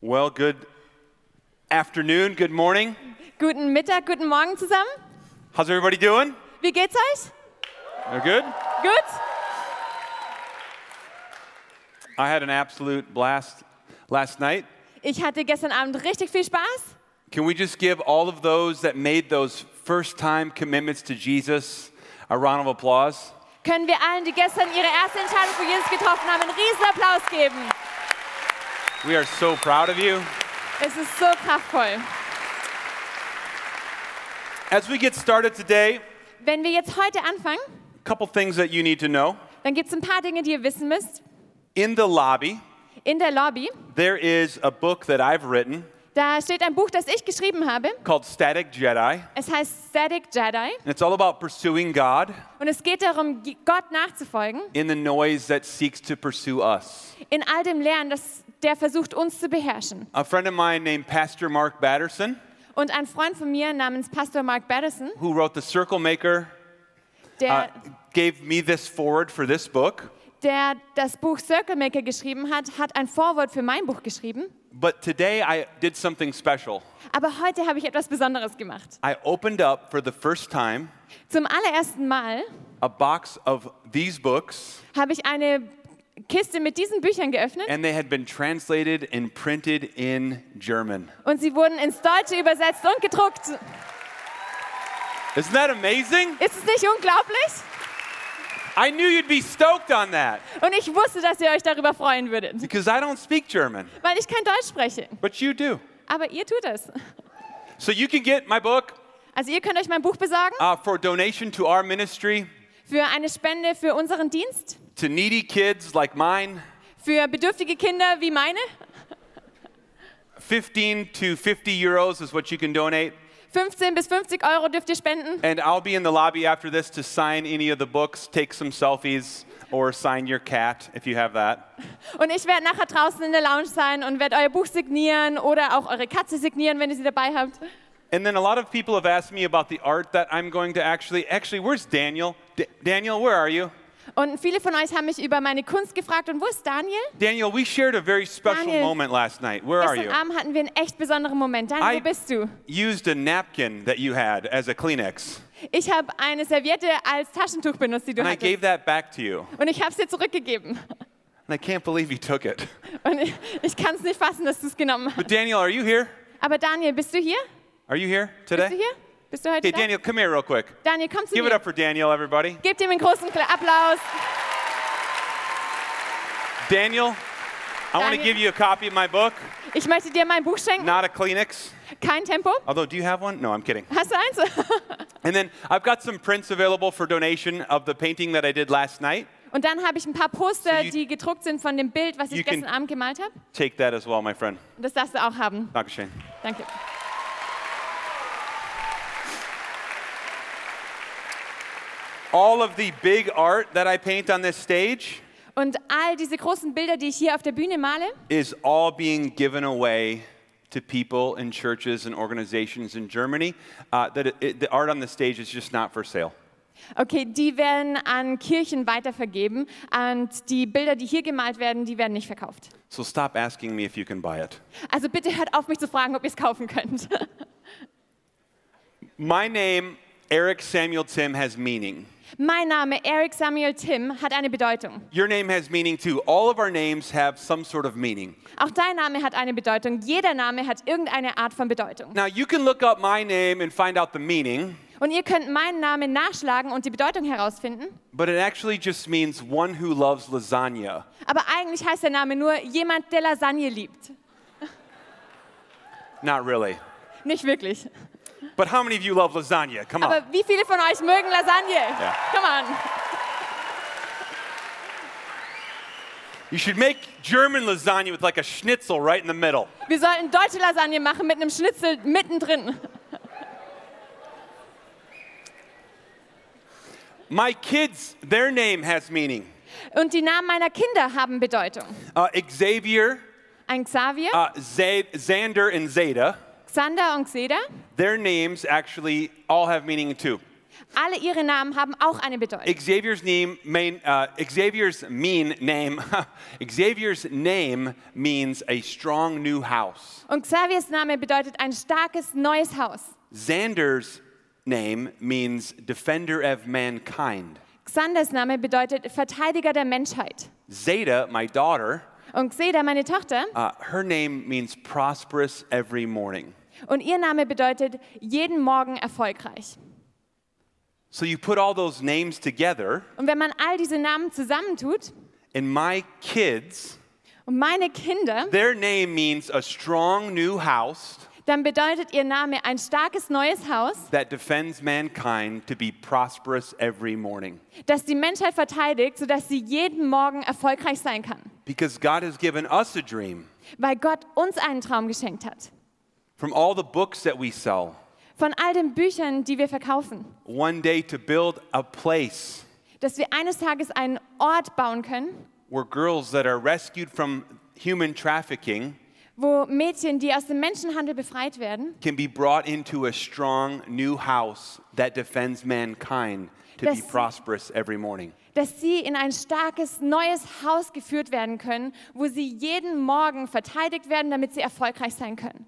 Well, good afternoon, good morning. Guten Mittag, guten Morgen zusammen. How's everybody doing? Wie geht's euch? They're good? Gut? I had an absolute blast last night. Ich hatte gestern Abend richtig viel Spaß. Can we just give all of those that made those first time commitments to Jesus a round of applause? Können wir allen, die gestern ihre erste Entscheidung für Jesus getroffen haben, einen riesen Applaus geben? We are so proud of you. Es ist so kraftvoll. As we get started today, Wenn wir jetzt heute anfangen, a couple things that you need to know. dann gibt's ein paar Dinge, die ihr wissen müsst. In the lobby, In der Lobby, there is a book that I've written da steht ein Buch, das ich geschrieben habe. called Static Jedi, and Es heißt Static Jedi it's all about pursuing God und es geht darum, G- Gott nachzufolgen in the noise that seeks to pursue us. in all dem Lernen, das der versucht, uns zu beherrschen. A friend of mine named Pastor Mark Batterson, Und ein Freund von mir namens Pastor Mark Batterson, who wrote The Circle Maker, uh, der gave me this forward for this book. der das Buch Circle Maker geschrieben hat, hat ein Vorwort für mein Buch geschrieben. But today I did something special. Aber heute habe ich etwas Besonderes gemacht. I opened up for the first time Zum allerersten Mal a box of these books, habe ich eine Kiste mit diesen Büchern geöffnet and they had been translated and printed in German. und sie wurden ins Deutsche übersetzt und gedruckt. Isn't that amazing? Ist es nicht unglaublich? I knew you'd be stoked on that Und ich wusste, dass ihr euch darüber freuen würdet, because I don't speak German, weil ich kein Deutsch spreche. but you do. Aber ihr tut es. So you can get my book Also ihr könnt euch mein Buch besorgen uh, for donation to our ministry, für eine Spende für unseren Dienst, to needy kids like mine. für bedürftige Kinder wie meine. 15 to 50 euros is what you can donate. 15 bis 50 Euro dürft ihr spenden. And I'll be in the lobby after this to sign any of the books, take some selfies, or sign your cat if you have that. Und ich werde nachher draußen in der Lounge sein und werde euer Buch signieren oder auch eure Katze signieren, wenn ihr sie dabei habt. And then a lot of people have asked me about the art that I'm going to actually. Actually, where's Daniel? D- Daniel, where are you? Und viele von euch haben mich über meine Kunst gefragt. Und wo ist Daniel? Daniel, we shared a very special Daniel. moment last night. Where are Gestern you? Abend hatten wir einen echt besonderen Moment. Daniel, I- wo bist du? Used a napkin that you had as a Kleenex, Ich habe eine Serviette als Taschentuch benutzt, die du and I hattest. gave that back to you. Und ich habe es dir zurückgegeben. And I can't believe you took it. Und ich, ich kann es nicht fassen, dass du es genommen hast. But Daniel, are you here? Aber Daniel, bist du hier? Are you here Bist du today? hier? Bist du heute Hey, da? Daniel, come here real quick. Daniel, komm zu Give it mir. up for Daniel, everybody. Gebt ihm einen großen Kla- Applaus. Daniel, I want to Daniel. give you a copy of my book, Ich möchte dir mein Buch schenken. not a Kleenex. Kein Tempo. Although, do you have one? No, I'm kidding. Hast du eins? And then I've got some prints available for donation of the painting that I did last night. Und dann habe ich ein paar Poster, So you- die gedruckt sind von dem Bild, was you ich can- gestern Abend gemalt habe. Take that as well, my friend. Und Das darfst du auch haben. Dankeschön. Danke. All of the big art that I paint on this stage Und all diese großen Bilder, die ich hier auf der Bühne male, is all being given away to people and churches and organizations in Germany. Uh, that it, it- the art on the stage is just not for sale. okay, die werden an Kirchen weitervergeben. Und die Bilder, die hier gemalt werden, die werden nicht verkauft. So stop asking me if you can buy it. Also bitte hört auf, mich zu fragen, ob ihr es kaufen könnt. My name, Eric Samuel Tim, has meaning. Mein Name, Eric Samuel Tim, hat eine Bedeutung. Your name has meaning too. All of our names have some sort of meaning. Auch dein Name hat eine Bedeutung. Jeder Name hat irgendeine Art von Bedeutung. Now, you can look up my name and find out the meaning, Und ihr könnt meinen Namen nachschlagen und die Bedeutung herausfinden. but it actually just means one who loves lasagna. Aber eigentlich heißt der Name nur jemand, der Lasagne liebt. Not really. Nicht wirklich. But how many of you love lasagna? Come on. Aber wie viele von euch mögen Lasagne? Ja. Come on. You should make German lasagna with like a schnitzel right in the middle. Wir sollten deutsche Lasagne machen mit einem Schnitzel mittendrin. My kids, their name has meaning. Und die Namen meiner Kinder haben Bedeutung. Uh, Xavier, Ein Xavier, uh, Za- Xander, and Zeta, Xander und Xeda, their names actually all have meaning too. Alle ihre Namen haben auch eine Bedeutung. Xavier's name, main, uh, Xavier's mean name, Xavier's name means a strong new house. Und Xaviers Name bedeutet ein starkes neues Haus. Xander's name means defender of mankind. Xanders Name bedeutet Verteidiger der Menschheit. Zeta, my daughter, Und Xeda, meine Tochter, uh, her name means prosperous every morning. und ihr Name bedeutet jeden Morgen erfolgreich. So you put all those names together, Und wenn man all diese Namen zusammentut and my kids, und meine Kinder, their name means a strong new house dann bedeutet ihr Name ein starkes neues Haus, that defends mankind to be prosperous every morning. das die Menschheit verteidigt, sodass sie jeden Morgen erfolgreich sein kann. Because God has given us a dream Weil Gott uns einen Traum geschenkt hat. from all the books that we sell, Von all den Büchern, die wir verkaufen. one day to build a place Dass wir eines Tages einen Ort bauen können, where girls that are rescued from human trafficking wo Mädchen, die aus dem Menschenhandel befreit werden, can be brought into a strong new house that defends mankind to be Yes. prosperous every morning. dass sie in ein starkes neues Haus geführt werden können, wo sie jeden Morgen verteidigt werden, damit sie erfolgreich sein können.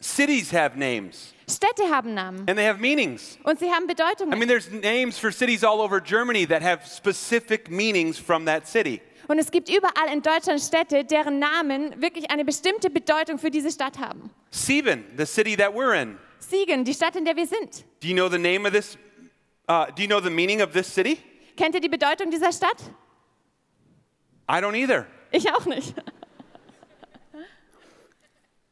Cities have names Städte haben Namen and they have meanings. und sie haben I Bedeutungen. mean, there's names for cities all over Germany that have specific meanings from that city. Und es gibt überall in Deutschland Städte, deren Namen wirklich eine bestimmte Bedeutung für diese Stadt haben. Sieben, the city that we're in. Siegen, die Stadt, in der wir sind. Do you know the name of this? Uh, do you know the meaning of this city? Kennt ihr die Bedeutung dieser Stadt? I don't either. Ich auch nicht.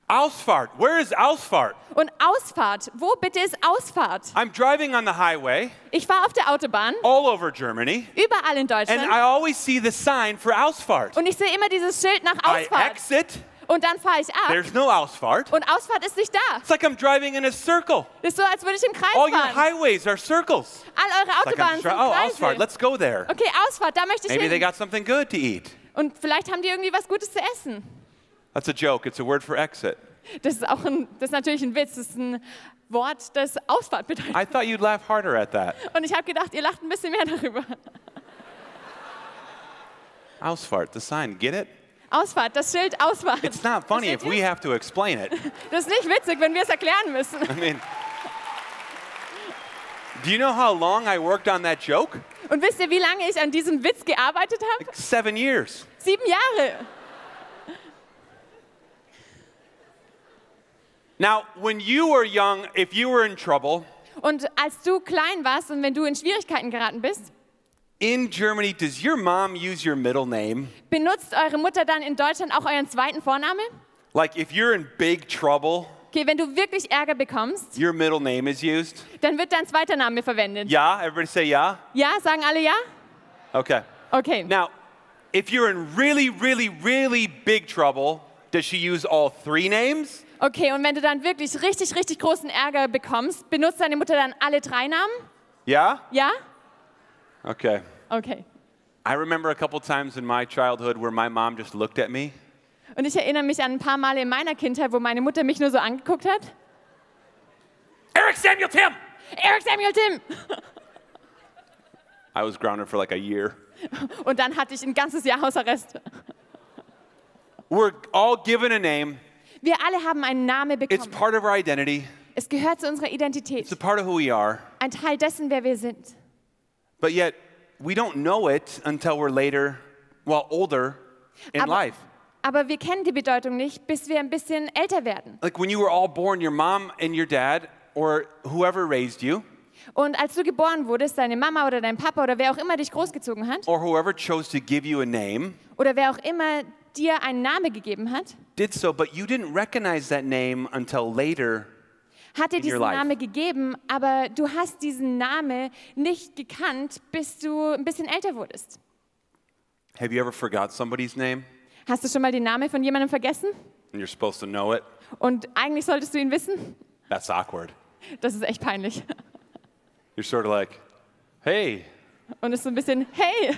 Ausfahrt. Where is Ausfahrt? Und Ausfahrt. Wo bitte ist Ausfahrt? I'm driving on the highway Ich war auf der Autobahn, all over Germany, überall in and Deutschland. I always see the sign for Ausfahrt. Und ich sehe immer dieses Schild nach I Oh, Ausfahrt. Uh, exit. Und dann fahre ich ab. There's no Ausfahrt. Und Ausfahrt ist nicht da. It's like I'm driving in a circle. Das ist so, als würde ich im Kreis All your fahren. highways are circles. All Oh, It's eure like I'm dri- Autobahnen sind oh, Ausfahrt. Kreise. Let's go there. Okay, Ausfahrt, da möchte ich Maybe they hin. got something good to eat. Und vielleicht haben die irgendwie was Gutes zu essen. That's a joke. It's a word for exit. Das ist auch ein, das ist natürlich ein Witz. Das ist ein Wort, das Ausfahrt bedeutet. I thought you'd laugh harder at that. Und ich habe gedacht, ihr lacht ein bisschen mehr darüber. Ausfahrt, the sign. Get it? Ausfahrt, das Schild Ausfahrt. It's not funny if Versteht we ihr? have to explain it. Das ist nicht witzig, wenn wir es erklären müssen. I mean, do you know how long I worked on that joke? Und wisst ihr, wie lange ich an diesem Witz gearbeitet habe? Seven years. Sieben Jahre. Now, when you were young, if you were in trouble, Und als du klein warst und wenn du in Schwierigkeiten geraten bist, in Germany, does your mom use your middle name? benutzt eure Mutter dann in Deutschland auch euren zweiten Vornamen? Like, if you're in big trouble, Okay, wenn du wirklich Ärger bekommst, your middle name is used? dann wird dein zweiter Name verwendet. Yeah? Everybody say yeah? Ja, sagen alle ja? Okay. Okay. Now, if you're in really, really, really big trouble, does she use all three names? Okay, und wenn du dann wirklich richtig, richtig großen Ärger bekommst, benutzt deine Mutter dann alle drei Namen? Yeah? Ja? Okay. Okay. I remember a couple times in my childhood where my mom just looked at me Und ich erinnere mich an ein paar Male in meiner Kindheit, wo meine Mutter mich nur so angeguckt hat. Eric Samuel Tim! Eric Samuel Tim! I was grounded for like a year. Und dann hatte ich ein ganzes Jahr Hausarrest. We're all given a name, Wir alle haben einen Namen it's bekommen. part of our identity, Es gehört zu unserer it's a Identität. part of who we are, Ein Teil dessen, wer wir sind. but yet we don't know it until we're later, well, older in Aber- life. Aber wir kennen die Bedeutung nicht, bis wir ein bisschen älter werden. Like when you were all born, your mom and your dad or whoever raised you Und als du geboren wurdest, deine Mama oder dein Papa oder wer auch immer dich großgezogen hat or whoever chose to give you a name oder wer auch immer dir einen Namen gegeben hat, did so, but you didn't recognize that name until later. hat dir In your diesen life. Namen gegeben, aber du hast diesen Namen nicht gekannt, bis du ein bisschen älter wurdest. Have you ever forgot somebody's name Hast du schon mal den Namen von jemandem vergessen? and you're supposed to know it? Und eigentlich solltest du ihn wissen? That's awkward. Das ist echt peinlich. You're sort of like, hey, Und ist so ein bisschen, hey,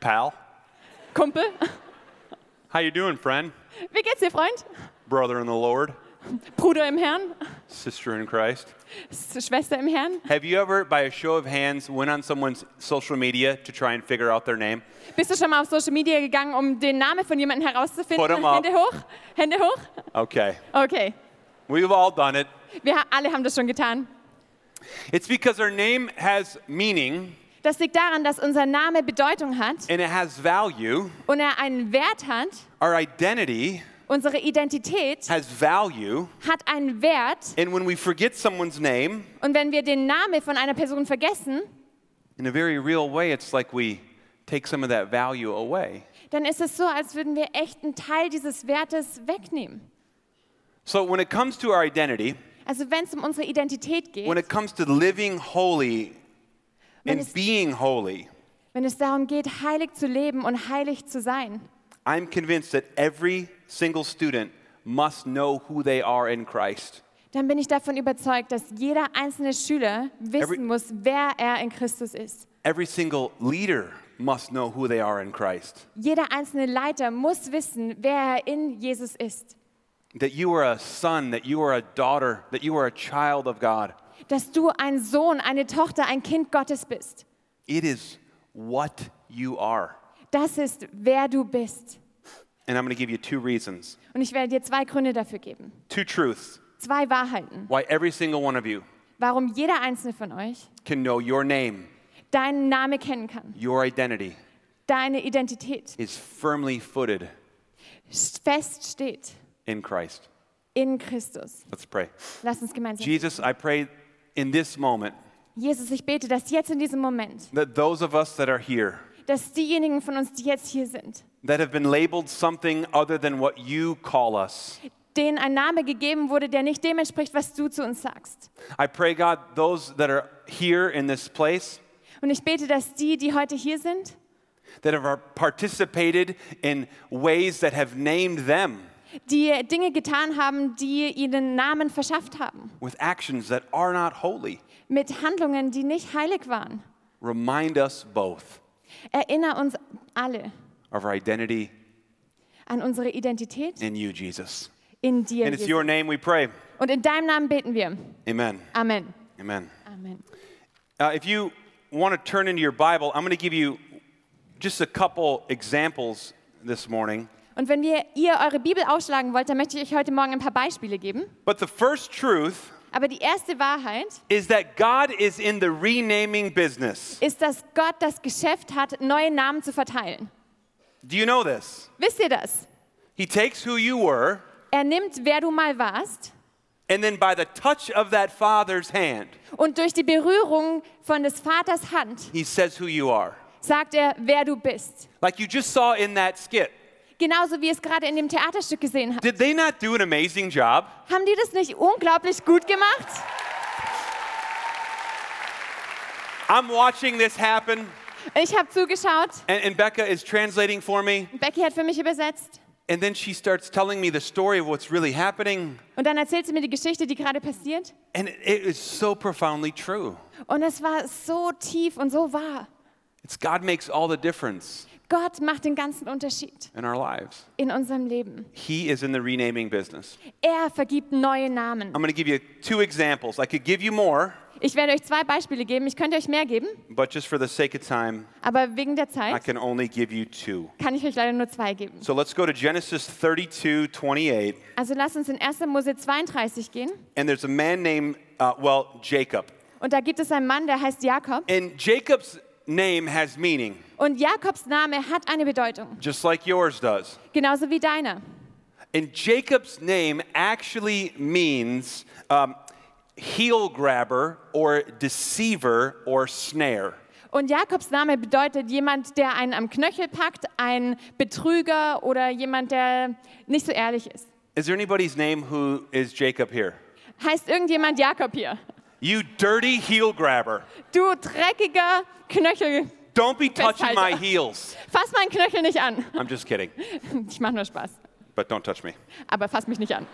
pal, Kumpel, how you doing, friend, wie geht's dir, Freund? brother in the Lord? Bruder im Herrn, sister in Christ. Schwester im Herrn. Have you ever, by a show of hands, went on someone's social media to try and figure out their name? Bist du schon mal auf Social Media gegangen, um den Namen von jemandem herauszufinden? Put 'em up. Hände hoch, Hände hoch. Okay, Okay, we've all done it. wir ha- alle haben das schon getan. It's because our name has meaning Das liegt daran, dass unser Name Bedeutung hat and it has value. und er einen Wert hat. Our identity Unsere Identität has value. hat einen Wert. And when we forget someone's name, Und wenn wir den Namen von einer Person vergessen, in a very real way, it's like we take some of that value away. dann ist es so, als würden wir echt einen Teil dieses Wertes wegnehmen. So when it comes to our identity, Also wenn es um unsere Identität when geht, it comes to living holy When and it's- being holy, wenn es darum geht, heilig zu leben und heilig zu sein, I'm convinced that every single student must know who they are in Christ. dann bin ich davon überzeugt, dass jeder einzelne Schüler wissen Every- muss, wer er in Christus ist. Every single leader must know who they are in Christ. Jeder einzelne Leiter muss wissen, wer er in Jesus ist. That you are a son, that you are a daughter, that you are a child of God. Dass du ein Sohn, eine Tochter, ein Kind Gottes bist. It is what you are. Das ist, wer du bist. And I'm going to give you two reasons, Und ich werde dir zwei Gründe dafür geben. two truths Zwei Wahrheiten. why every single one of you Warum jeder einzelne von euch can know your name, deinen Namen kennen kann. your identity Deine Identität is firmly footed fest steht in Christ. in Christus. Let's pray. Lass uns gemeinsam. Jesus, I pray in this moment Jesus, ich bete, dass jetzt in diesem Moment, that those of us that are here, dass diejenigen von uns, die jetzt hier sind, that have been labeled something other than what you call us. denen ein Name gegeben wurde, der nicht dem entspricht, was du zu uns sagst. I pray, God, those that are here in this place Und ich bete, dass die, die heute hier sind, that have participated in ways that have named them die Dinge getan haben, die ihnen Namen verschafft haben, with actions that are not holy, mit Handlungen, die nicht heilig waren. remind us both Erinner uns alle of our identity an unsere Identität in you, Jesus. in dir. And it's Jesus. your name we pray. Und in deinem Namen beten wir. Amen. Amen. Amen. Amen. Uh, if you want to turn into your Bible, I'm going to give you just a couple examples this morning. Und wenn wir, ihr eure Bibel aufschlagen wollt, dann möchte ich euch heute Morgen ein paar Beispiele geben. But the first truth Aber die erste Wahrheit is that God is in the renaming business. ist, dass Gott das Geschäft hat, neue Namen zu verteilen. Do you know this? Wisst ihr das? He takes who you were, Er nimmt, wer du mal warst, and then by the touch of that Father's hand, und durch die Berührung von des Vaters Hand He says who you are. sagt er, wer du bist. Like you just saw in that skit. Genauso wie ihr es gerade in dem Theaterstück gesehen habt. Did they not do an amazing job? Haben die das nicht unglaublich gut gemacht? I'm watching this happen, Ich habe zugeschaut. and, and Becca is translating for me, Becky hat für mich übersetzt. and then she starts telling me the story of what's really happening. Und dann erzählt sie mir die Geschichte, die gerade passiert. And it- it is so profoundly true. Und es war so tief und so wahr. It's God makes all the difference Gott macht den ganzen Unterschied in our lives. in unserem Leben. He is in the renaming business. Er vergibt neue Namen. I'm going to give you two examples. I could give you more, Ich werde euch zwei Beispiele geben. Ich könnte euch mehr geben, but just for the sake of time, aber wegen der I Zeit can only give you two. kann ich euch leider nur zwei geben. So let's go to Genesis 32, 28. Also lasst uns in 1. Mose 32 gehen. And there's a man named, uh, well, Jacob. Und da gibt es einen Mann, der heißt Jakob. And Jacob's name has meaning, Und Jakobs Name hat eine Bedeutung, just like yours does. genauso wie deiner. And Jacob's name actually means um, heel grabber or deceiver or snare. Und Jakobs Name bedeutet jemand, der einen am Knöchel packt, ein Betrüger oder jemand, der nicht so ehrlich ist. Is there anybody's name who is Jacob here? Heißt irgendjemand Jakob hier? You dirty heel grabber. Du dreckiger Knöchel, Don't be touching my Festhalter. heels. fass meinen Knöchel nicht an. I'm just kidding, Ich mache nur Spaß, but don't touch me. aber fass mich nicht an.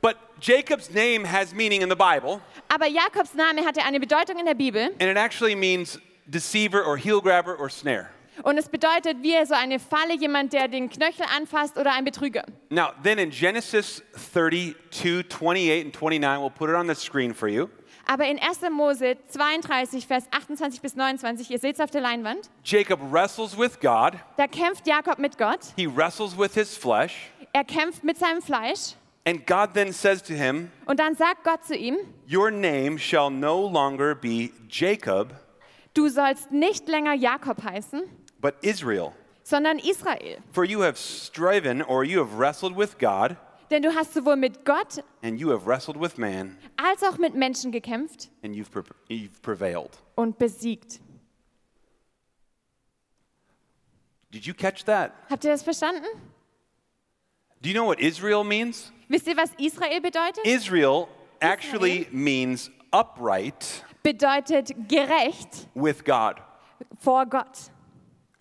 But Jacob's name has meaning in the Bible, Aber Jakobs Name hatte eine Bedeutung in der Bibel and it actually means deceiver or heel grabber or snare. Und es bedeutet, wie so eine Falle, jemand, der den Knöchel anfasst oder ein Betrüger. Now, then in Genesis 32, 28, and 29, we'll put it on the screen for you. Aber in 1. Mose 32, Vers 28 bis 29, ihr seht es auf der Leinwand, Jacob wrestles with God, da kämpft Jakob mit Gott, he wrestles with his flesh, er kämpft mit seinem Fleisch and God then says to him, und dann sagt Gott zu ihm, Your name shall no longer be Jacob, du sollst nicht länger Jakob heißen, but Israel. sondern Israel, For you have striven or you have wrestled with God, denn du hast sowohl mit Gott and you have wrestled with man, als auch mit Menschen gekämpft and you've, pre- you've prevailed. und besiegt. Did you catch that? Habt ihr das verstanden? Do you know what Israel means? Wisst ihr, was Israel bedeutet? Israel actually means upright Bedeutet gerecht with God, vor Gott,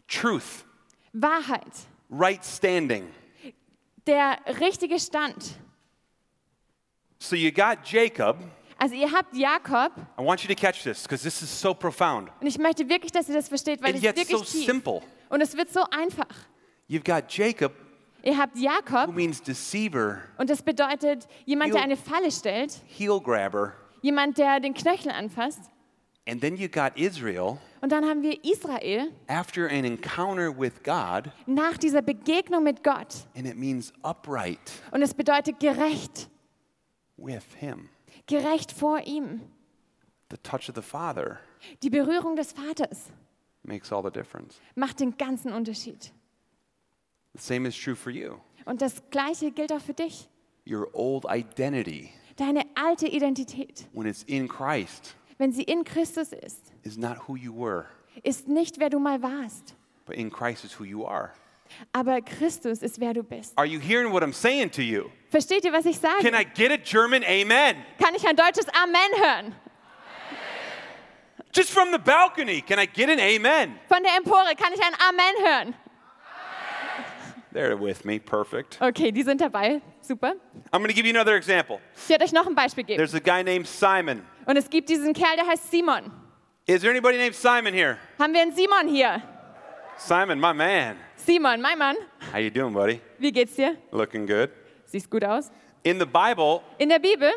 truth, Wahrheit, right standing. der richtige Stand. So you got Jacob. Also ihr habt Jakob I want you to catch this because this is so profound und ich möchte wirklich, dass ihr das versteht, weil and es yet wirklich so tief simple. und es wird so einfach. You've got Jacob, Ihr habt who Jakob means deceiver, und das bedeutet jemand, der You- eine Falle stellt, heel grabber, jemand, der den Knöchel anfasst. and then you got Israel Und dann haben wir Israel after an encounter with God, nach dieser Begegnung mit Gott and it means upright und es bedeutet gerecht, with Him, gerecht vor ihm. the touch of the Father. Die Berührung des Vaters makes all the difference. macht den ganzen Unterschied. The same is true for you. Und das Gleiche gilt auch für dich. Your old identity, Deine alte Identität, when it's in Christ, wenn sie in Christus ist, is not who you were, ist nicht, wer du mal warst, but in Christ is who you are. aber Christus ist, wer du bist. Are you hearing what I'm saying to you? Versteht ihr, was ich sage? Can I get a German amen? Kann ich ein deutsches Amen hören? Just from the balcony, can I get an amen? Von der Empore kann ich ein Amen hören? They're with me, perfect. Okay, die sind dabei. Super. I'm gonna give you another example. Ich werde euch noch ein Beispiel geben. There's a guy named Simon. Und es gibt diesen Kerl, der heißt Simon. Is there anybody named Simon here? Haben wir einen Simon hier? Simon, my man. Simon, mein Mann, How you doing, buddy? wie geht's dir? Looking good. Siehst gut aus. In the Bible, In der Bibel,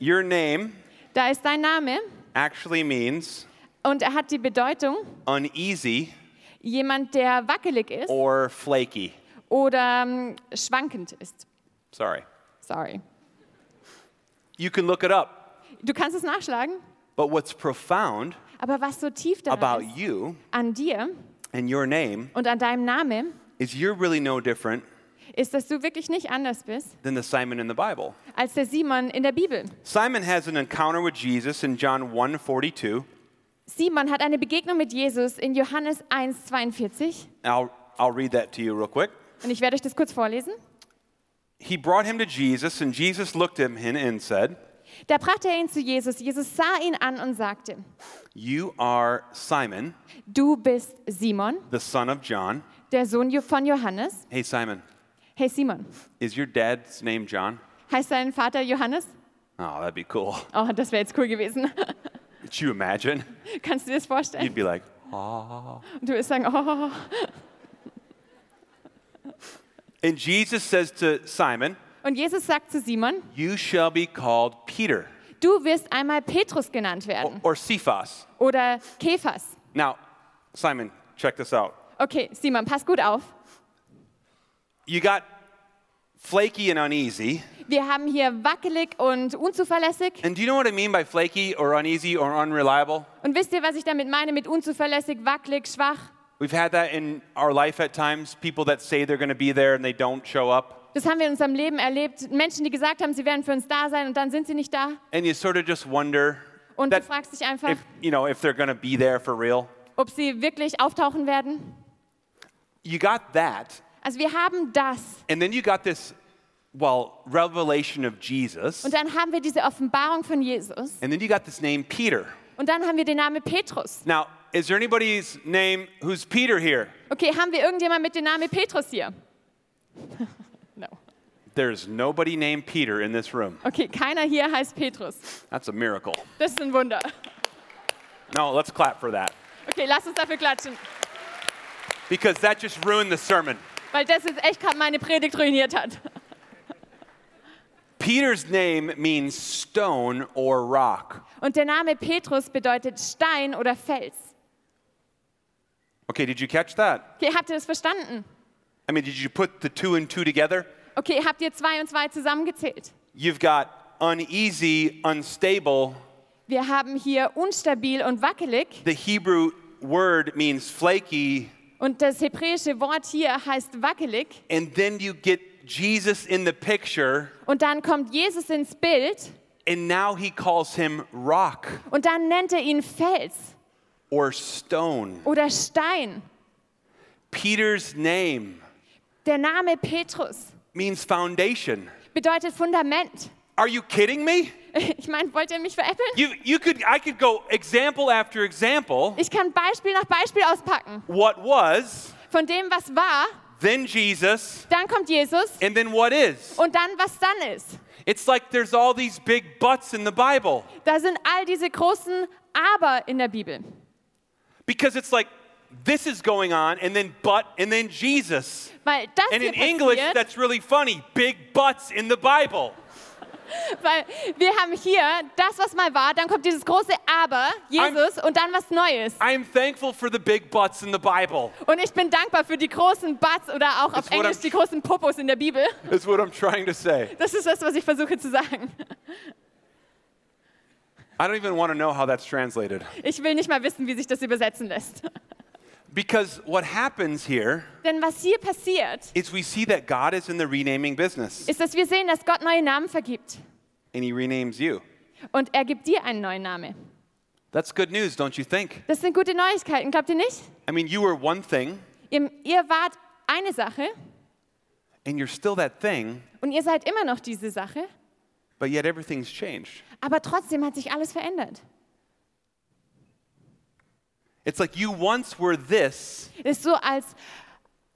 your name da ist dein Name actually means und er hat die Bedeutung, uneasy jemand, der wackelig ist or flaky. oder ähm, schwankend ist. Sorry. Sorry. You can look it up. Du kannst es nachschlagen, But what's profound aber was so tief daran about ist, you an dir and your name und an deinem Namen, is you're really no different ist, dass du wirklich nicht anders bist than the Simon in the Bible. als der Simon in der Bibel. Simon has an encounter with Jesus in John 1:42. Simon hat eine Begegnung mit Jesus in Johannes 1,42 I'll I'll read that to you real quick. und ich werde euch das kurz vorlesen. He brought him to Jesus and Jesus looked at him and said, Da brachte er ihn zu Jesus. Jesus sah ihn an und sagte, "You are Simon, du bist Simon, the son of John." der Sohn Jo- von Johannes. Hey Simon, Hey Simon, is your dad's name John? heißt dein Vater Johannes? Oh, that'd be cool. Oh, das wäre jetzt cool gewesen. Could you imagine? Kannst du dir das You'd vorstellen? be like, Und du wirst sagen, oh. And Jesus says to Simon, Und Jesus sagt zu Simon, You shall be called Peter du wirst einmal Petrus genannt or, werden or Cephas. oder Kephas. Now, Simon, check this out. Okay, Simon, pass gut auf. You got flaky and uneasy. Wir haben hier wackelig und unzuverlässig. And do you know what I mean by flaky or uneasy or unreliable? Und wisst ihr, was ich damit meine mit unzuverlässig, wackelig, schwach? We've had that in our life at times people that say they're going to be there and they don't show up. Das haben wir in unserem Leben erlebt. Menschen, die gesagt haben, sie werden für uns da sein und dann sind sie nicht da. And you sort of just wonder Und That- du fragst dich einfach, if, you know, if they're going to be there for real. ob sie wirklich auftauchen werden. You got that. Also wir haben das. And then you got this, well, revelation of Jesus. Und dann haben wir diese Offenbarung von Jesus. And then you got this name, Peter. Und dann haben wir den Namen Petrus. Now, is there anybody's name who's Peter here? Okay, haben wir irgendjemand mit dem Namen Petrus hier? no. There's nobody named Peter in this room. Okay, keiner hier heißt Petrus. That's a miracle. Das ist ein Wunder. No, let's clap for that. Okay, lass uns dafür klatschen. because that just ruined the sermon. weil das jetzt echt gerade meine Predigt ruiniert hat. Peter's name means stone or rock. Und der Name Petrus bedeutet Stein oder Fels. Okay, did you catch that? Okay, habt ihr das verstanden? I mean, did you put the two and two together? Okay, habt ihr zwei und zwei zusammengezählt? You've got uneasy, unstable. Wir haben hier unstabil und wackelig The Hebrew word means flaky, und das hebräische Wort hier heißt wackelig and then you get Jesus in the picture, und dann kommt Jesus ins Bild and now he calls him rock und dann nennt er ihn Fels or stone. oder Stein. Peter's name Der Name Petrus means foundation. bedeutet Fundament. Are you kidding me? Ich meine, wollt ihr mich veräppeln? You, you could, I could go example after example. Ich kann Beispiel nach Beispiel auspacken What was, von dem, was war, then Jesus, dann kommt Jesus and then what is. und dann, was dann ist. It's like there's all these big buts in the Bible Da sind all diese großen Aber in der Bibel. because it's like this is going on, and then but, and then Jesus. Weil das And hier in English, passiert, that's really funny. Big butts in the Bible. weil wir haben hier das, was mal war, dann kommt dieses große Aber, Jesus, und dann was Neues. I'm thankful for the big butts in the Bible. Und ich bin dankbar für die großen Butts oder auch auf It's what Englisch I'm- die großen Popos in der Bibel. That's what I'm trying to say. Das ist das, was ich versuche zu sagen. I don't even want to know how that's translated. Ich will nicht mal wissen, wie sich das übersetzen lässt. Because what happens here Denn was hier passiert, is we see that God is in the renaming business ist, dass wir sehen, dass Gott neue Namen vergibt. and he renames you. Und er gibt dir einen neuen Namen. That's good news, don't you think? Das sind gute Neuigkeiten, glaubt ihr nicht? I mean, you were one thing Ihr, ihr wart eine Sache and you're still that thing, und ihr seid immer noch diese Sache, but yet everything's changed. aber trotzdem hat sich alles verändert. It's like you once were this, Es ist so, als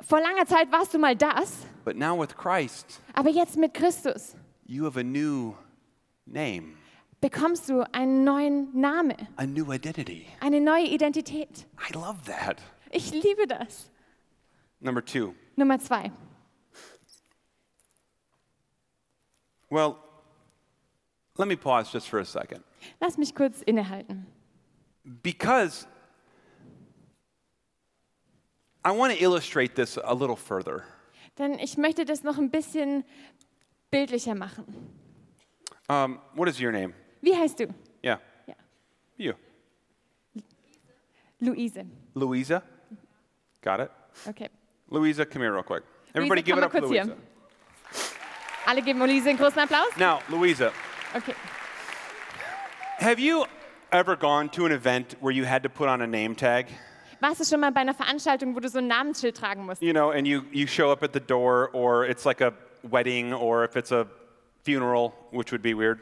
vor langer Zeit warst du mal das, but now with Christ, aber jetzt mit Christus you have a new name, bekommst du einen neuen Namen, a new identity. eine neue Identität. I love that. Ich liebe das. Number two. Nummer zwei. Well, let me pause just for a second. Lass mich kurz innehalten. Because I want to illustrate this a little further. Denn ich möchte das noch ein bisschen bildlicher machen. Um, what is your name? Wie heißt du? Yeah. Ja. You. Luise. Louisa? Got it. Okay. Louisa, come here real quick. Everybody Louisa, give come it up for up with Louisa. you. Alle geben Luise einen großen Applaus. Now, Louisa, Okay. have you ever gone to an event where you had to put on a name tag? Warst du schon mal bei einer Veranstaltung, wo du so ein Namensschild tragen musst? You know, and you, you show up at the door, or it's like a wedding, or if it's a funeral, which would be weird.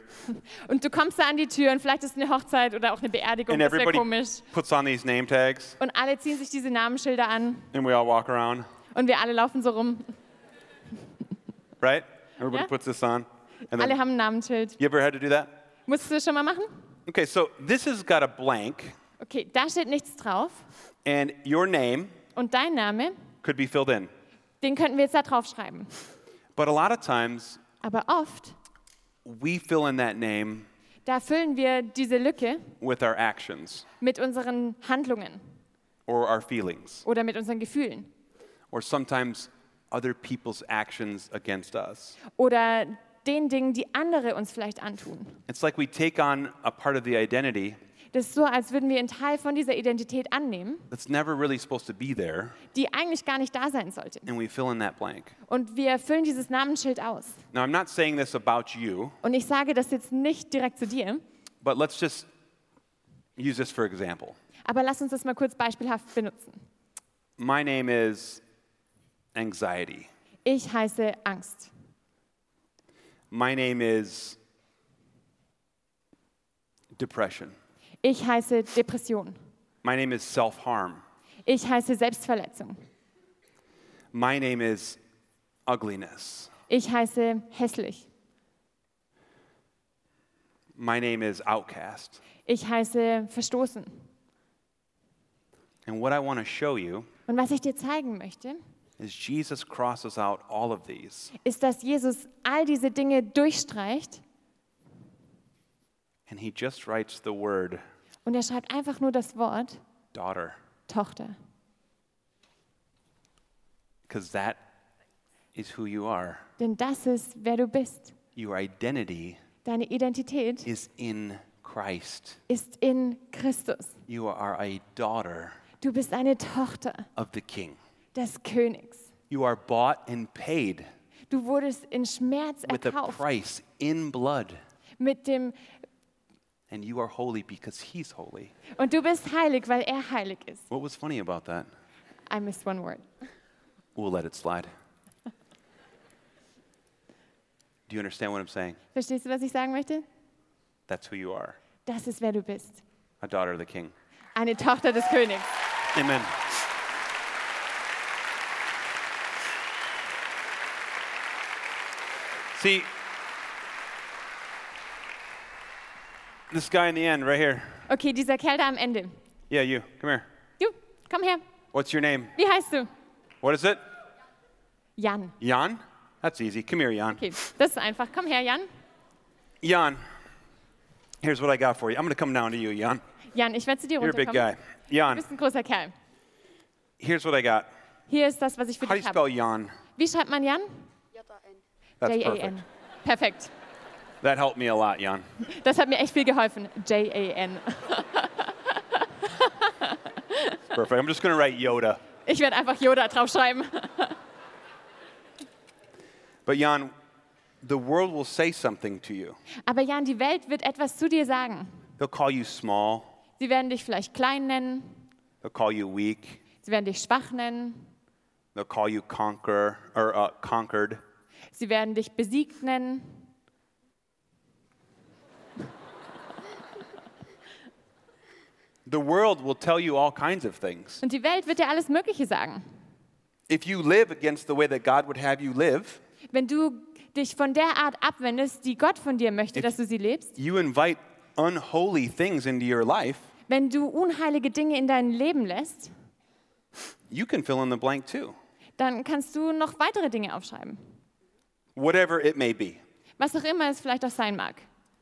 Und du kommst da an die Tür und vielleicht ist eine Hochzeit oder auch eine Beerdigung, and das wäre everybody komisch. puts on these name tags Und alle ziehen sich diese Namensschilder an and we all walk around und wir alle laufen so rum. right everybody Yeah. puts this on and then, Alle haben ein Namensschild. you ever had to do that Musstest du das schon mal machen? okay so this has got a blank Okay, da steht nichts drauf. and your name Und dein Name, could be filled in den könnten wir jetzt da drauf schreiben. but a lot of times Aber oft, we fill in that name da füllen wir diese Lücke with our actions mit unseren Handlungen or our feelings oder mit unseren Gefühlen or sometimes other people's actions against us oder den Dingen, die andere uns vielleicht antun. it's like we take on a part of the identity Das ist so, als würden wir einen Teil von dieser Identität annehmen, that's never really supposed to be there die eigentlich gar nicht da sein sollte. and we fill in that blank Und wir füllen dieses Namensschild aus. now i'm not saying this about you Und ich sage das jetzt nicht direkt zu dir, But let's just use this for example. aber lass uns das mal kurz beispielhaft benutzen. My name is anxiety. Ich heiße Angst. My name is depression. Ich heiße Depression. My name is self harm. Ich heiße Selbstverletzung. My name is ugliness. Ich heiße hässlich. My name is outcast. Ich heiße verstoßen. And what I want to show you Und was ich dir zeigen möchte, is Jesus crosses out all of these ist, dass Jesus all diese Dinge durchstreicht and he just writes the word und er schreibt einfach nur das Wort daughter Tochter. because that is who you are. Denn das ist, wer du bist. Your identity Deine Identität is in Christ. ist in Christus. You are a daughter Du bist eine Tochter of the King. des Königs. You are bought and paid Du wurdest in Schmerz with a erkauft price in blood, mit dem and you are holy because he's holy. und du bist heilig, weil er heilig ist. What was funny about that? I missed one word. We'll let it slide. Do you understand what I'm saying? Verstehst du, was ich sagen möchte? That's who you are, Das ist wer du bist. a daughter of the King. Eine Tochter des Königs. Amen. See, this guy in the end, right here. Okay, dieser Kerl da am Ende. Yeah, you. Come here. Du, komm her. What's your name? Wie heißt du? What is it? Jan. Jan? That's easy. Come here, Jan. Okay, das ist einfach. Komm her, Jan. Jan, here's what I got for you. I'm going to come down to you, Jan. Jan, ich werde zu dir You're a big runterkommen. guy. Du Jan, bist ein großer Kerl. here's what I got. Hier ist das, was ich für How do you dich habe. spell Jan? Wie schreibt man Jan? That's J-A-N. perfect. Perfekt. That helped me a lot, Jan. Das hat mir echt viel geholfen. J-A-N. Perfect. I'm just going to write Yoda. Ich werde einfach Yoda draufschreiben. But Jan, the world will say something to you. Aber Jan, die Welt wird etwas zu dir sagen. They'll call you small. Sie werden dich vielleicht klein nennen. They'll call you weak. Sie werden dich schwach nennen. They'll call you conquer or uh, conquered. Sie werden dich besiegt nennen. The world will tell you all kinds of things. Und die Welt wird dir alles Mögliche sagen. If you live against the way that God would have you live, Wenn du dich von der Art abwendest, die Gott von dir möchte, dass du sie lebst, you invite unholy things into your life, wenn du unheilige Dinge in dein Leben lässt, you can fill in the blank too, dann kannst du noch weitere Dinge aufschreiben. whatever it may be. Was auch immer es vielleicht auch sein mag.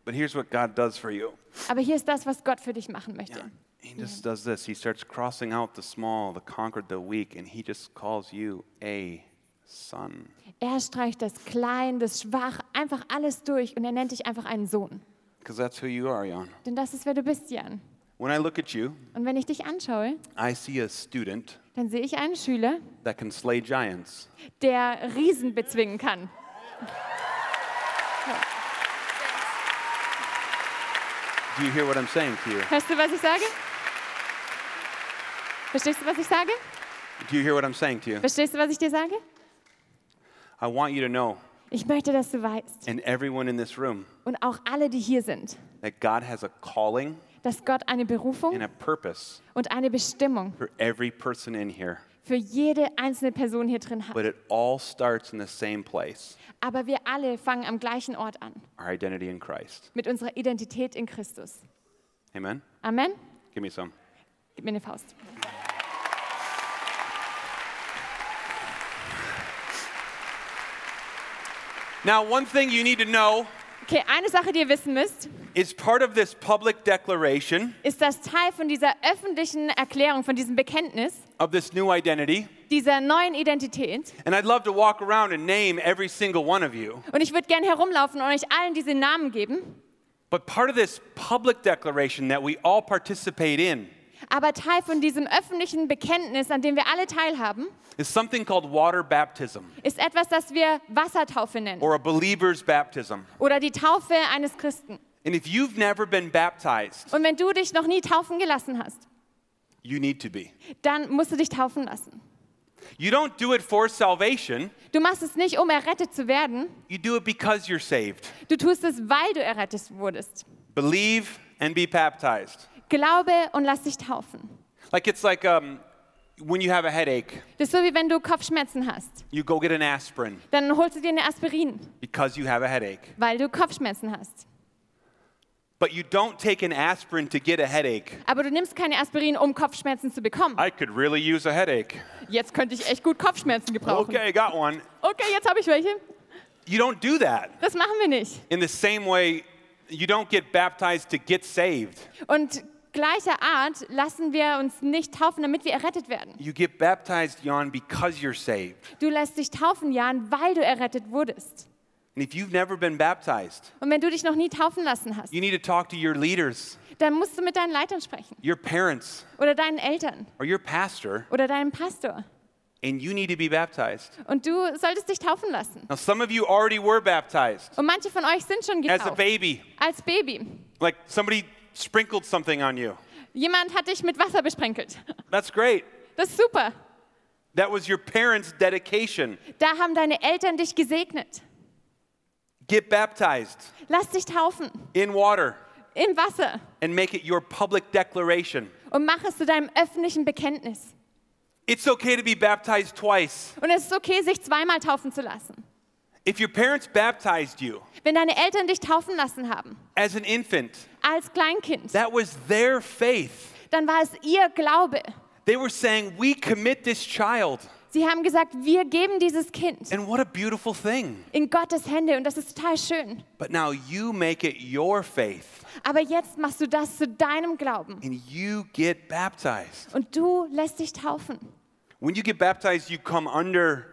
But here's what God does for you. Aber hier ist das, was Gott für dich machen möchte. He just does this. He starts crossing out the small, the conquered, the weak, and he just calls you a son. Er streicht das Klein, das Schwach, einfach alles durch und er nennt dich einfach einen Sohn. Because that's who you are, Jan. Denn das ist, wer du bist, Jan. When I look at you, Und wenn ich dich anschaue, I see a student dann sehe ich einen Schüler, that can slay giants. der Riesen bezwingen kann. Do you hear what I'm saying to you? Hörst du, was ich sage? Verstehst du, was ich sage? Do you hear what I'm saying to you? Verstehst du, was ich dir sage? I want you to know, Ich möchte, dass du weißt and everyone in this room, und auch alle, die hier sind, that God has a calling dass Gott eine and Berufung a purpose und eine Bestimmung for every person in here. für jede einzelne Person hier drin hat. But it all starts in the same place Aber wir alle fangen am gleichen Ort an, our identity in Christ. mit unserer Identität in Christus. Amen? Amen. Give me some. Gib mir eine Faust. Now, one thing you need to know Okay, eine Sache, die ihr wissen müsst, is part of this public declaration ist das Teil von dieser öffentlichen Erklärung, von diesem Bekenntnis, of this new identity. dieser neuen Identität. And I'd love to walk around and name every single one of you. Und ich würde gern herumlaufen und euch allen diese Namen geben. But part of this public declaration that we all participate in Aber Teil von diesem öffentlichen Bekenntnis, an dem wir alle teilhaben, is something called water baptism ist etwas, das wir Wassertaufe nennen or a believer's baptism. oder die Taufe eines Christen. And if you've never been baptized, Und wenn du dich noch nie taufen gelassen hast, you need to be. dann musst du dich taufen lassen. You don't do it for salvation, Du machst es nicht, um errettet zu werden. you do it because you're saved. Du tust es, weil du errettet wurdest. Believe and be baptized. Glaube und lass dich taufen. Like it's like um, when you have a headache, Das ist so, wie wenn du Kopfschmerzen hast. you go get an aspirin Dann holst du dir eine Aspirin, because you have a headache. weil du Kopfschmerzen hast. but you don't take an aspirin to get a headache. Aber du nimmst keine Aspirin, um Kopfschmerzen zu bekommen. I could really use a headache. Jetzt könnte ich echt gut Kopfschmerzen gebrauchen. Okay, got one. Okay, jetzt habe ich welche. You don't do that. Das machen wir nicht. In the same way, you don't get baptized to get saved. Und gleicher Art lassen wir uns nicht taufen, damit wir errettet werden. You get baptized, Jan, because you're saved. Du lässt dich taufen, Jan, weil du errettet wurdest. And if you've never been baptized, Und wenn du dich noch nie taufen lassen hast, you need to talk to your leaders, dann musst du mit deinen Leitern sprechen your parents, oder deinen Eltern or your pastor, oder deinem Pastor. and you need to be baptized. Und du solltest dich taufen lassen. Now, some of you already were baptized Und manche von euch sind schon as a getauft. baby, Als Baby. like somebody sprinkled something on you. Jemand hat dich mit Wasser besprenkelt. That's great. Das ist super. That was your parents' dedication. Da haben deine Eltern dich gesegnet. Get baptized Lass dich taufen in water im Wasser and make it your public declaration. und mach es zu deinem öffentlichen Bekenntnis. It's okay to be baptized twice. Und es ist okay, sich zweimal taufen zu lassen. If your parents baptized you Wenn deine Eltern dich taufen lassen haben, as an infant, als Kleinkind, that was their faith. dann war es ihr Glaube. They were saying, We commit this child. Sie haben gesagt, wir geben dieses Kind And what a beautiful thing. in Gottes Hände und das ist total schön. But now you make it your faith Aber jetzt machst du das zu deinem Glauben and you get baptized. und du lässt dich taufen. When you get baptized, you come under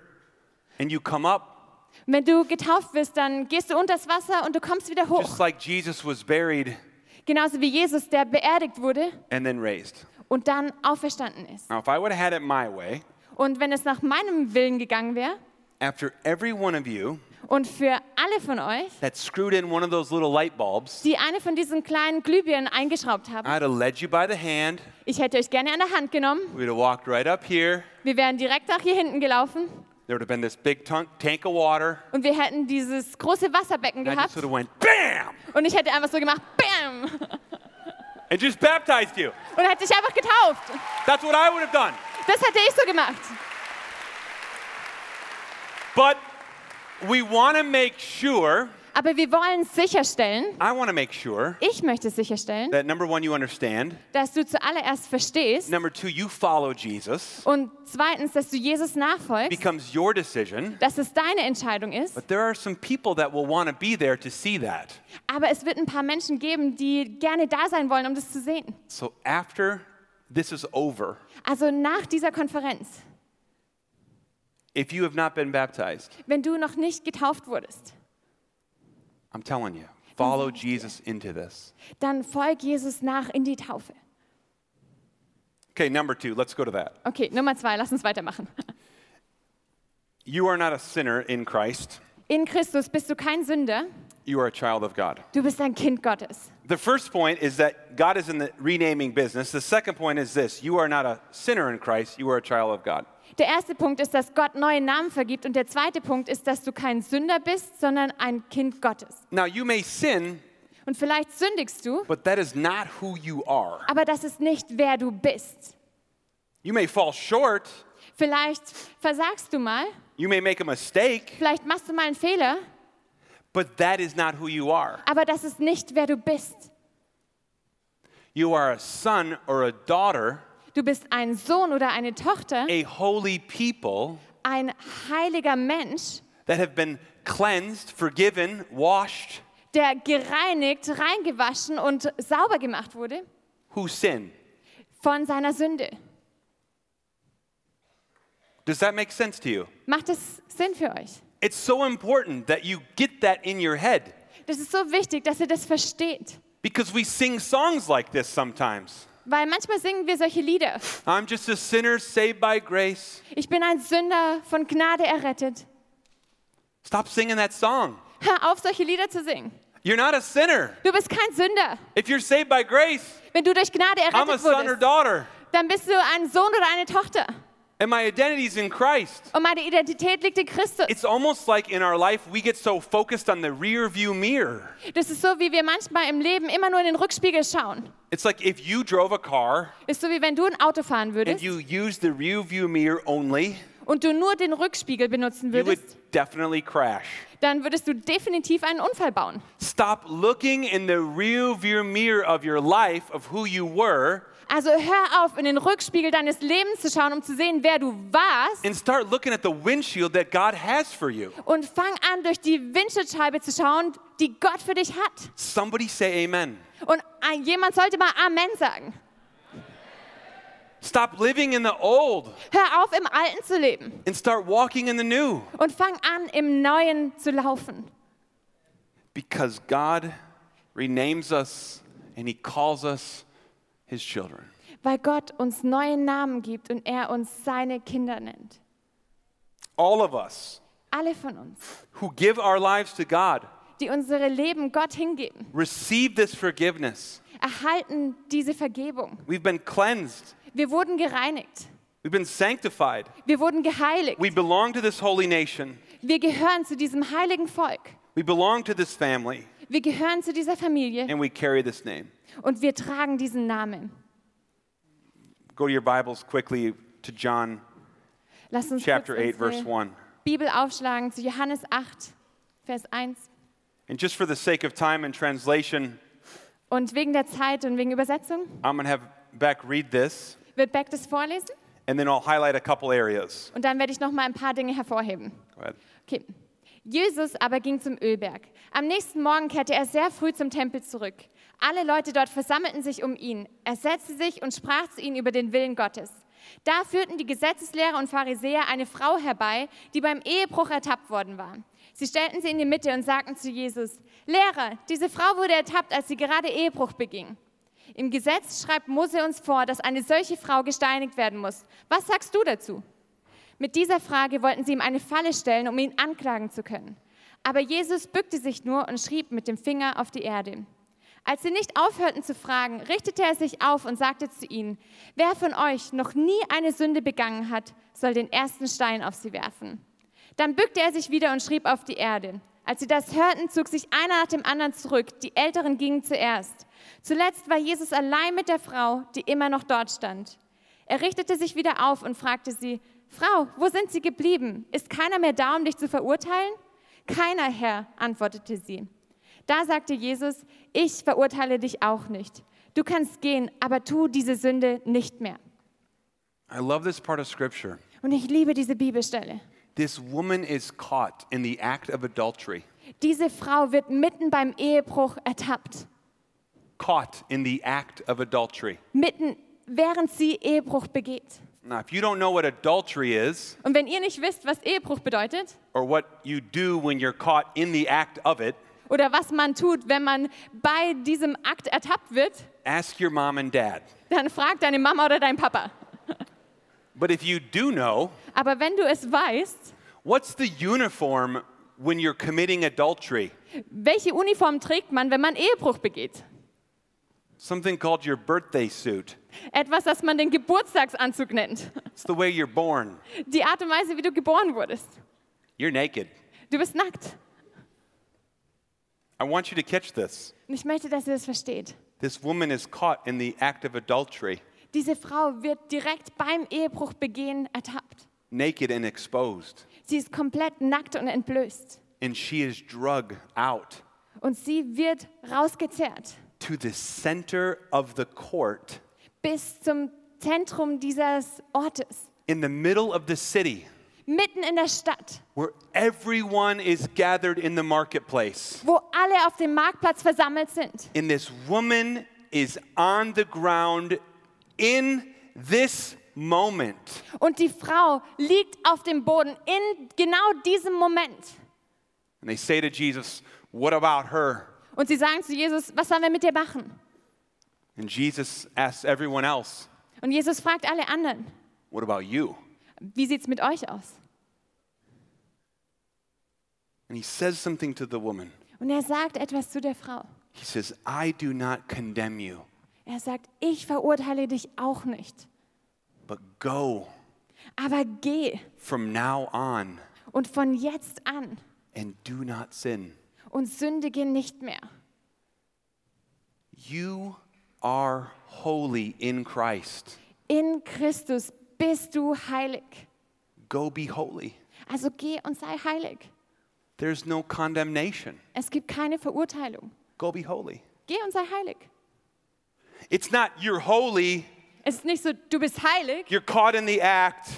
and you come up, Und Wenn du getauft wirst, dann gehst du unter das Wasser und du kommst wieder hoch. just like Jesus was buried Genauso wie Jesus, der beerdigt wurde and then raised. und dann auferstanden ist. Now, if I would have had it my way, Und wenn es nach meinem Willen gegangen wäre after every one of you und für alle von euch, that screwed in one of those little light bulbs, die eine von diesen kleinen Glühbirnen eingeschraubt haben, I'd have led you by the hand. ich hätte euch gerne an der Hand genommen. We'd have walked right up here. Wir wären direkt nach hier hinten gelaufen There would have been this big ton- tank of water. und wir hätten dieses große Wasserbecken And I just gehabt would have went, bam! und ich hätte einfach so gemacht, bam! Und And just baptized you. hätte dich einfach getauft. That's what I would have done. Das hätte ich so gemacht. But we want to make sure, Aber wir wollen sicherstellen, I want to make sure ich möchte sicherstellen, that number one, you understand. dass du zuallererst verstehst Number two, you follow Jesus, und zweitens, dass du Jesus nachfolgst, becomes your decision. dass es deine Entscheidung ist. But there are some people that will want to be there to see that. Aber es wird ein paar Menschen geben, die gerne da sein wollen, um das zu sehen. So after this is over, Also nach dieser Konferenz, if you have not been baptized, wenn du noch nicht getauft wurdest, I'm telling you, follow Jesus into this. dann folg Jesus nach in die Taufe. Okay, number two, let's go to that. Okay, Nummer zwei, lass uns weitermachen. You are not a sinner in Christ, In Christus bist du kein Sünder, you are a child of God. du bist ein Kind Gottes. The first point is that God is in the renaming business. The second point is this you are not a sinner in Christ, you are a child of God. Der erste Punkt ist, dass Gott neue Namen vergibt und der zweite Punkt ist, dass du kein Sünder bist, sondern ein Kind Gottes. Now, you may sin, Und vielleicht sündigst du, but that is not who you are. aber das ist nicht, wer du bist. You may fall short, Vielleicht versagst du mal, you may make a mistake, vielleicht machst du mal einen Fehler, but that is not who you are. aber das ist nicht, wer du bist. You are a son or a daughter, Du bist ein Sohn oder eine Tochter, a holy people ein heiliger Mensch, that have been cleansed, forgiven, washed, der gereinigt, reingewaschen und sauber gemacht wurde who sin. von seiner Sünde. Does that make sense to you? Macht es Sinn für euch? It's so important that you get that in your head Das ist so wichtig, dass ihr das versteht. because we sing songs like this sometimes. Weil manchmal singen wir solche Lieder. I'm just a sinner saved by grace. Ich bin ein Sünder, von Gnade errettet. Stop singing that song. Hör auf, solche Lieder zu singen. You're not a sinner. Du bist kein Sünder. If you're saved by grace, Wenn du durch Gnade I'm a errettet son or wurdest, daughter, dann bist du ein Sohn oder eine Tochter. and my identity is in Christ. Und meine Identität liegt in Christus. It's almost like in our life we get so focused on the rear view mirror. Das ist so, wie wir manchmal im Leben immer nur in den Rückspiegel schauen. It's like if you drove a car Ist so, wie wenn du ein Auto fahren and würdest you used the rear view mirror only, und du nur den Rückspiegel benutzen you would würdest, definitely crash. dann würdest du definitiv einen Unfall bauen. Stop looking in the rear view mirror of your life of who you were Also hör auf, in den Rückspiegel deines Lebens zu schauen, um zu sehen, wer du warst. and start looking at the windshield that God has for you. Und fang an, durch die Windschutzscheibe zu schauen, die Gott für dich hat. Somebody say amen. Und ein- jemand sollte mal Amen sagen. Stop living in the old Hör auf, im Alten zu leben and start walking in the new und fang an, im Neuen zu laufen. because God renames us and he calls us his children. Weil Gott uns neue Namen gibt und er uns seine Kinder nennt. All of us Alle von uns, who give our lives to God die unsere Leben Gott hingeben, receive this forgiveness. erhalten diese Vergebung. We've been cleansed, Wir wurden gereinigt. we've been sanctified, Wir wurden geheiligt. we belong to this holy nation. Wir gehören zu diesem heiligen Volk. We belong to this family Wir gehören zu dieser Familie and we carry this name. und wir tragen diesen Namen. Go to your Bibles quickly to John Lass uns chapter kurz 8, verse unsere 1. Bibel aufschlagen zu Johannes 8, Vers 1. And just for the sake of time and translation, Und wegen der Zeit und wegen Übersetzung I'm going to have Beck read this wird Beck das vorlesen and then I'll highlight a couple areas. und dann werde ich noch mal ein paar Dinge hervorheben. Go ahead. Okay. Jesus aber ging zum Ölberg. Am nächsten Morgen kehrte er sehr früh zum Tempel zurück. Alle Leute dort versammelten sich um ihn. Er setzte sich und sprach zu ihnen über den Willen Gottes. Da führten die Gesetzeslehrer und Pharisäer eine Frau herbei, die beim Ehebruch ertappt worden war. Sie stellten sie in die Mitte und sagten zu Jesus, Lehrer, diese Frau wurde ertappt, als sie gerade Ehebruch beging. Im Gesetz schreibt Mose uns vor, dass eine solche Frau gesteinigt werden muss. Was sagst du dazu? Mit dieser Frage wollten sie ihm eine Falle stellen, um ihn anklagen zu können. Aber Jesus bückte sich nur und schrieb mit dem Finger auf die Erde. Als sie nicht aufhörten zu fragen, richtete er sich auf und sagte zu ihnen, wer von euch noch nie eine Sünde begangen hat, soll den ersten Stein auf sie werfen. Dann bückte er sich wieder und schrieb auf die Erde. Als sie das hörten, zog sich einer nach dem anderen zurück. Die Älteren gingen zuerst. Zuletzt war Jesus allein mit der Frau, die immer noch dort stand. Er richtete sich wieder auf und fragte sie, Frau, wo sind Sie geblieben? Ist keiner mehr da, um dich zu verurteilen? Keiner, Herr, antwortete sie. Da sagte Jesus, ich verurteile dich auch nicht. Du kannst gehen, aber tu diese Sünde nicht mehr. I love this part of scripture. Und ich liebe diese Bibelstelle. This woman is caught in the act of adultery, Diese Frau wird mitten beim Ehebruch ertappt. caught in the act of adultery. mitten, während sie Ehebruch begeht. Now, if you don't know what adultery is Und wenn ihr nicht wisst, was Ehebruch bedeutet or what you do when you're caught in the act of it, oder was man tut, wenn man bei diesem Akt ertappt wird, ask your mom and dad. dann frag deine Mama oder deinen Papa. But if you do know, Aber wenn du es weißt, what's the uniform when you're committing adultery? welche Uniform trägt man, wenn man Ehebruch begeht? Something called your birthday suit. Etwas, das man den Geburtstagsanzug nennt. It's the way you're born. Die Art und Weise, wie du geboren wurdest. You're naked. Du bist nackt. I want you to catch this. Und ich möchte, dass ihr das versteht. This woman is caught in the act of adultery, Diese Frau wird direkt beim Ehebruch begehen ertappt. naked and exposed, Sie ist komplett nackt und entblößt. and she is drug out Und sie wird rausgezerrt to the center of the court bis zum Zentrum dieses Ortes, in the middle of the city mitten in der Stadt, where everyone is gathered in the marketplace. wo alle auf dem Marktplatz versammelt sind. And this woman is on the ground in this moment. Und die Frau liegt auf dem Boden in genau diesem Moment. And they say to Jesus, What about her? Und sie sagen zu Jesus, was sollen wir mit dir machen? And Jesus asks everyone else, Und Jesus fragt alle anderen, What about you? wie sieht's mit euch aus? And he says something to the woman. Und er sagt etwas zu der Frau. He says, I do not condemn you, Er sagt, ich verurteile dich auch nicht, but go aber geh from now on und von jetzt an and do not sin. und sündige nicht mehr. You are holy in Christ. In Christus bist du heilig. Go be holy. Also geh und sei heilig. There's no condemnation. Es gibt keine Verurteilung. Go be holy. Geh und sei heilig. It's not you're holy, Es ist nicht so, du bist heilig you're caught in the act,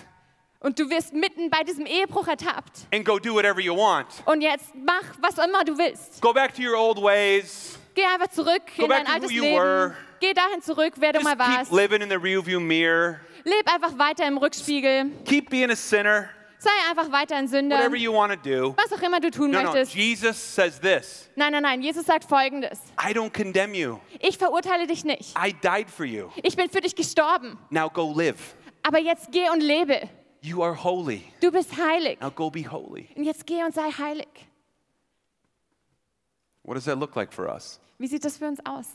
und du wirst mitten bei diesem Ehebruch ertappt. and go do whatever you want. Und jetzt mach, was immer du willst. Go back to your old ways. Geh einfach zurück Go in back dein to altes who you Leben. were. Geh dahin zurück, wer du mal Just keep warst. living in the rearview mirror. Leb einfach weiter im Rückspiegel. Keep being a sinner. Sei einfach weiter ein Sünder. Whatever you want to do. Was auch immer du tun No, no. möchtest. Jesus says this. Nein, nein, nein. Jesus sagt Folgendes. I don't condemn you. Ich verurteile dich nicht. I died for you. Ich bin für dich gestorben. Now go live. Aber jetzt geh und lebe. You are holy. Du bist heilig. Now go be holy. Und jetzt geh und sei heilig. What does that look like for us? Wie sieht das für uns aus?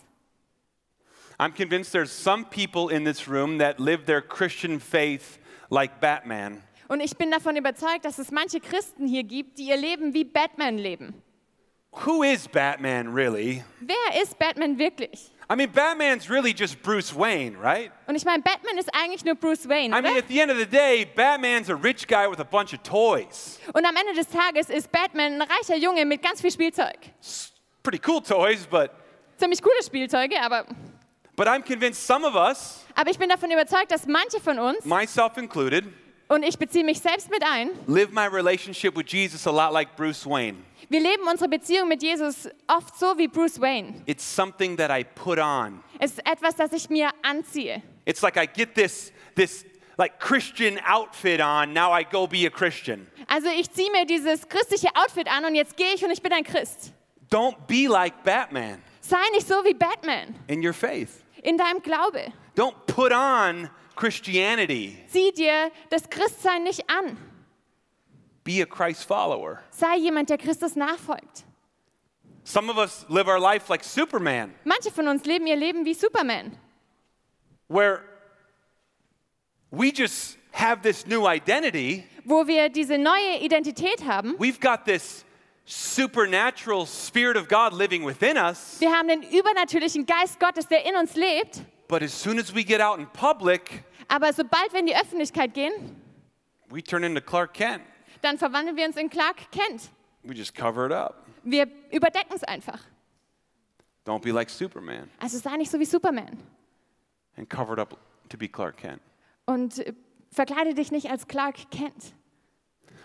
I'm convinced there's some people in this room that live their Christian faith like Batman, Und ich bin davon überzeugt, dass es manche Christen hier gibt, die ihr Leben wie Batman leben. Who is Batman really? Wer ist Batman wirklich? I mean, Batman's really just Bruce Wayne, right? Und ich meine, Batman ist eigentlich nur Bruce Wayne. I mean, Oder? at the end of the day, Batman's a rich guy with a bunch of toys. Und am Ende des Tages ist Batman ein reicher Junge mit ganz viel Spielzeug. Pretty cool toys, but Ziemlich coole Spielzeuge, aber, but I'm convinced some of us, aber ich bin davon überzeugt, dass manche von uns, myself included, und ich beziehe mich selbst mit ein, live my relationship with Jesus a lot like Bruce Wayne. wir leben unsere Beziehung mit Jesus oft so wie Bruce Wayne. It's something that I put on. Es ist etwas, das ich mir anziehe. It's like I get this this like Christian outfit on, now I go be a Christian. Also ich ziehe mir dieses christliche Outfit an und jetzt gehe ich und ich bin ein Christ. Don't be like Batman Sei nicht so wie Batman in your faith. in deinem Glaube. Don't put on Christianity. Zieh dir das Christsein nicht an. Be a Christ follower. Sei jemand, der Christus nachfolgt. Some of us live our life like Superman, Manche von uns leben ihr Leben wie Superman. where we just have this new identity. wo wir diese neue Identität haben. We've got this supernatural spirit of God living within us, Wir haben den übernatürlichen Geist Gottes, der in uns lebt. but as soon as we get out in public, Aber sobald wir in die Öffentlichkeit gehen, we turn into Clark Kent. dann verwandeln wir uns in Clark Kent. We just cover it up. Wir überdecken es einfach. Don't be like Superman Also sei nicht so wie Superman and cover it up to be Clark Kent. und äh, verkleide dich nicht als Clark Kent.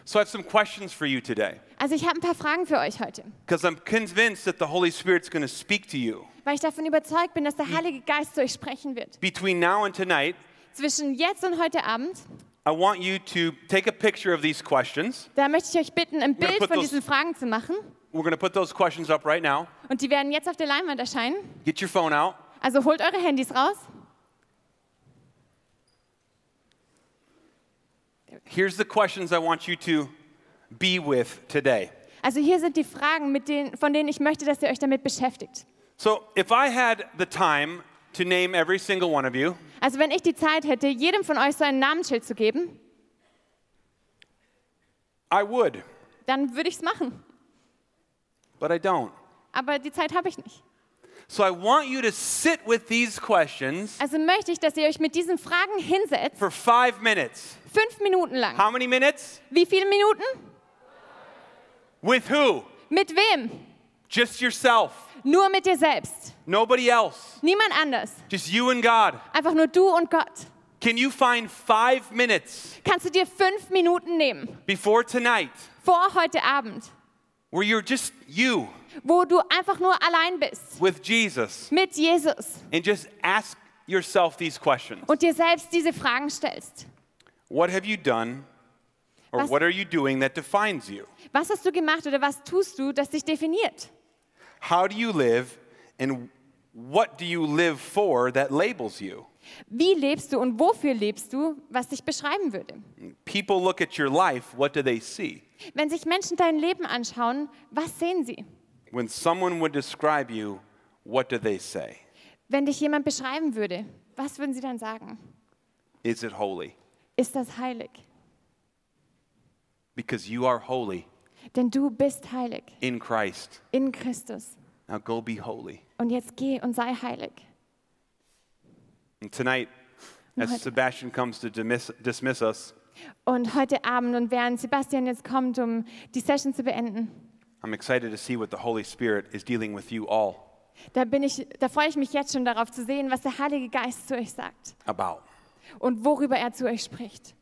So I have some questions for you today. Also ich habe ein paar Fragen für euch heute, Because I'm convinced that the Holy Spirit's going to speak to you. weil ich davon überzeugt bin, dass der Heilige Geist zu euch sprechen wird. Between now and tonight, Zwischen jetzt und heute Abend, I want you to take a picture of these questions. da möchte ich euch bitten, ein gonna Bild put von those- diesen Fragen zu machen. We're going to put those questions up right now. Und die werden jetzt auf der Leinwand erscheinen. Get your phone out. Also holt eure Handys raus. Here's the questions I want you to be with today. Also hier sind die Fragen, mit denen, von denen ich möchte, dass ihr euch damit beschäftigt. So, if I had the time to name every single one of you, Also wenn ich die Zeit hätte, jedem von euch so ein Namensschild zu geben, I would, dann würde ich es machen. but I don't. Aber die Zeit habe ich nicht. So, I want you to sit with these questions Also möchte ich, dass ihr euch mit diesen Fragen hinsetzt, for five minutes. fünf Minuten lang. How many minutes? Wie viele Minuten? With who? Mit wem? Just yourself, Nur mit dir selbst. nobody else, Niemand anders. just you and God. Einfach nur du und Gott. Can you find five minutes Kannst du dir fünf Minuten nehmen, before tonight vor heute Abend, where you're just you wo du einfach nur allein bist, with Jesus mit Jesus and just ask yourself these questions? und dir selbst diese Fragen stellst? What have you done or Was- what are you doing that defines you? Was hast du gemacht oder was tust du, das dich definiert? How do you live and what do you live for that labels you? Wie lebst du und wofür lebst du, was dich beschreiben würde? People look at your life, what do they see? Wenn sich Menschen dein Leben anschauen, was sehen sie? When someone would describe you, what do they say? Wenn dich jemand beschreiben würde, was würden sie dann sagen? Is it holy? Ist das heilig? Because you are holy Denn du bist heilig in Christ. in Christus. Now go be holy. Und jetzt geh und sei heilig. And tonight, Lord. as Sebastian comes to dismiss, dismiss us, Und heute Abend und während Sebastian jetzt kommt, um die Session zu beenden, I'm excited to see what the Holy Spirit is dealing with you all da, bin ich, da freue ich mich jetzt schon darauf zu sehen, was der Heilige Geist zu euch sagt about. und worüber er zu euch spricht.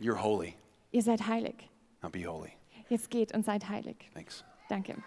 You're holy. Ihr seid heilig. Now be holy. Jetzt geht und seid heilig. Thanks. Danke.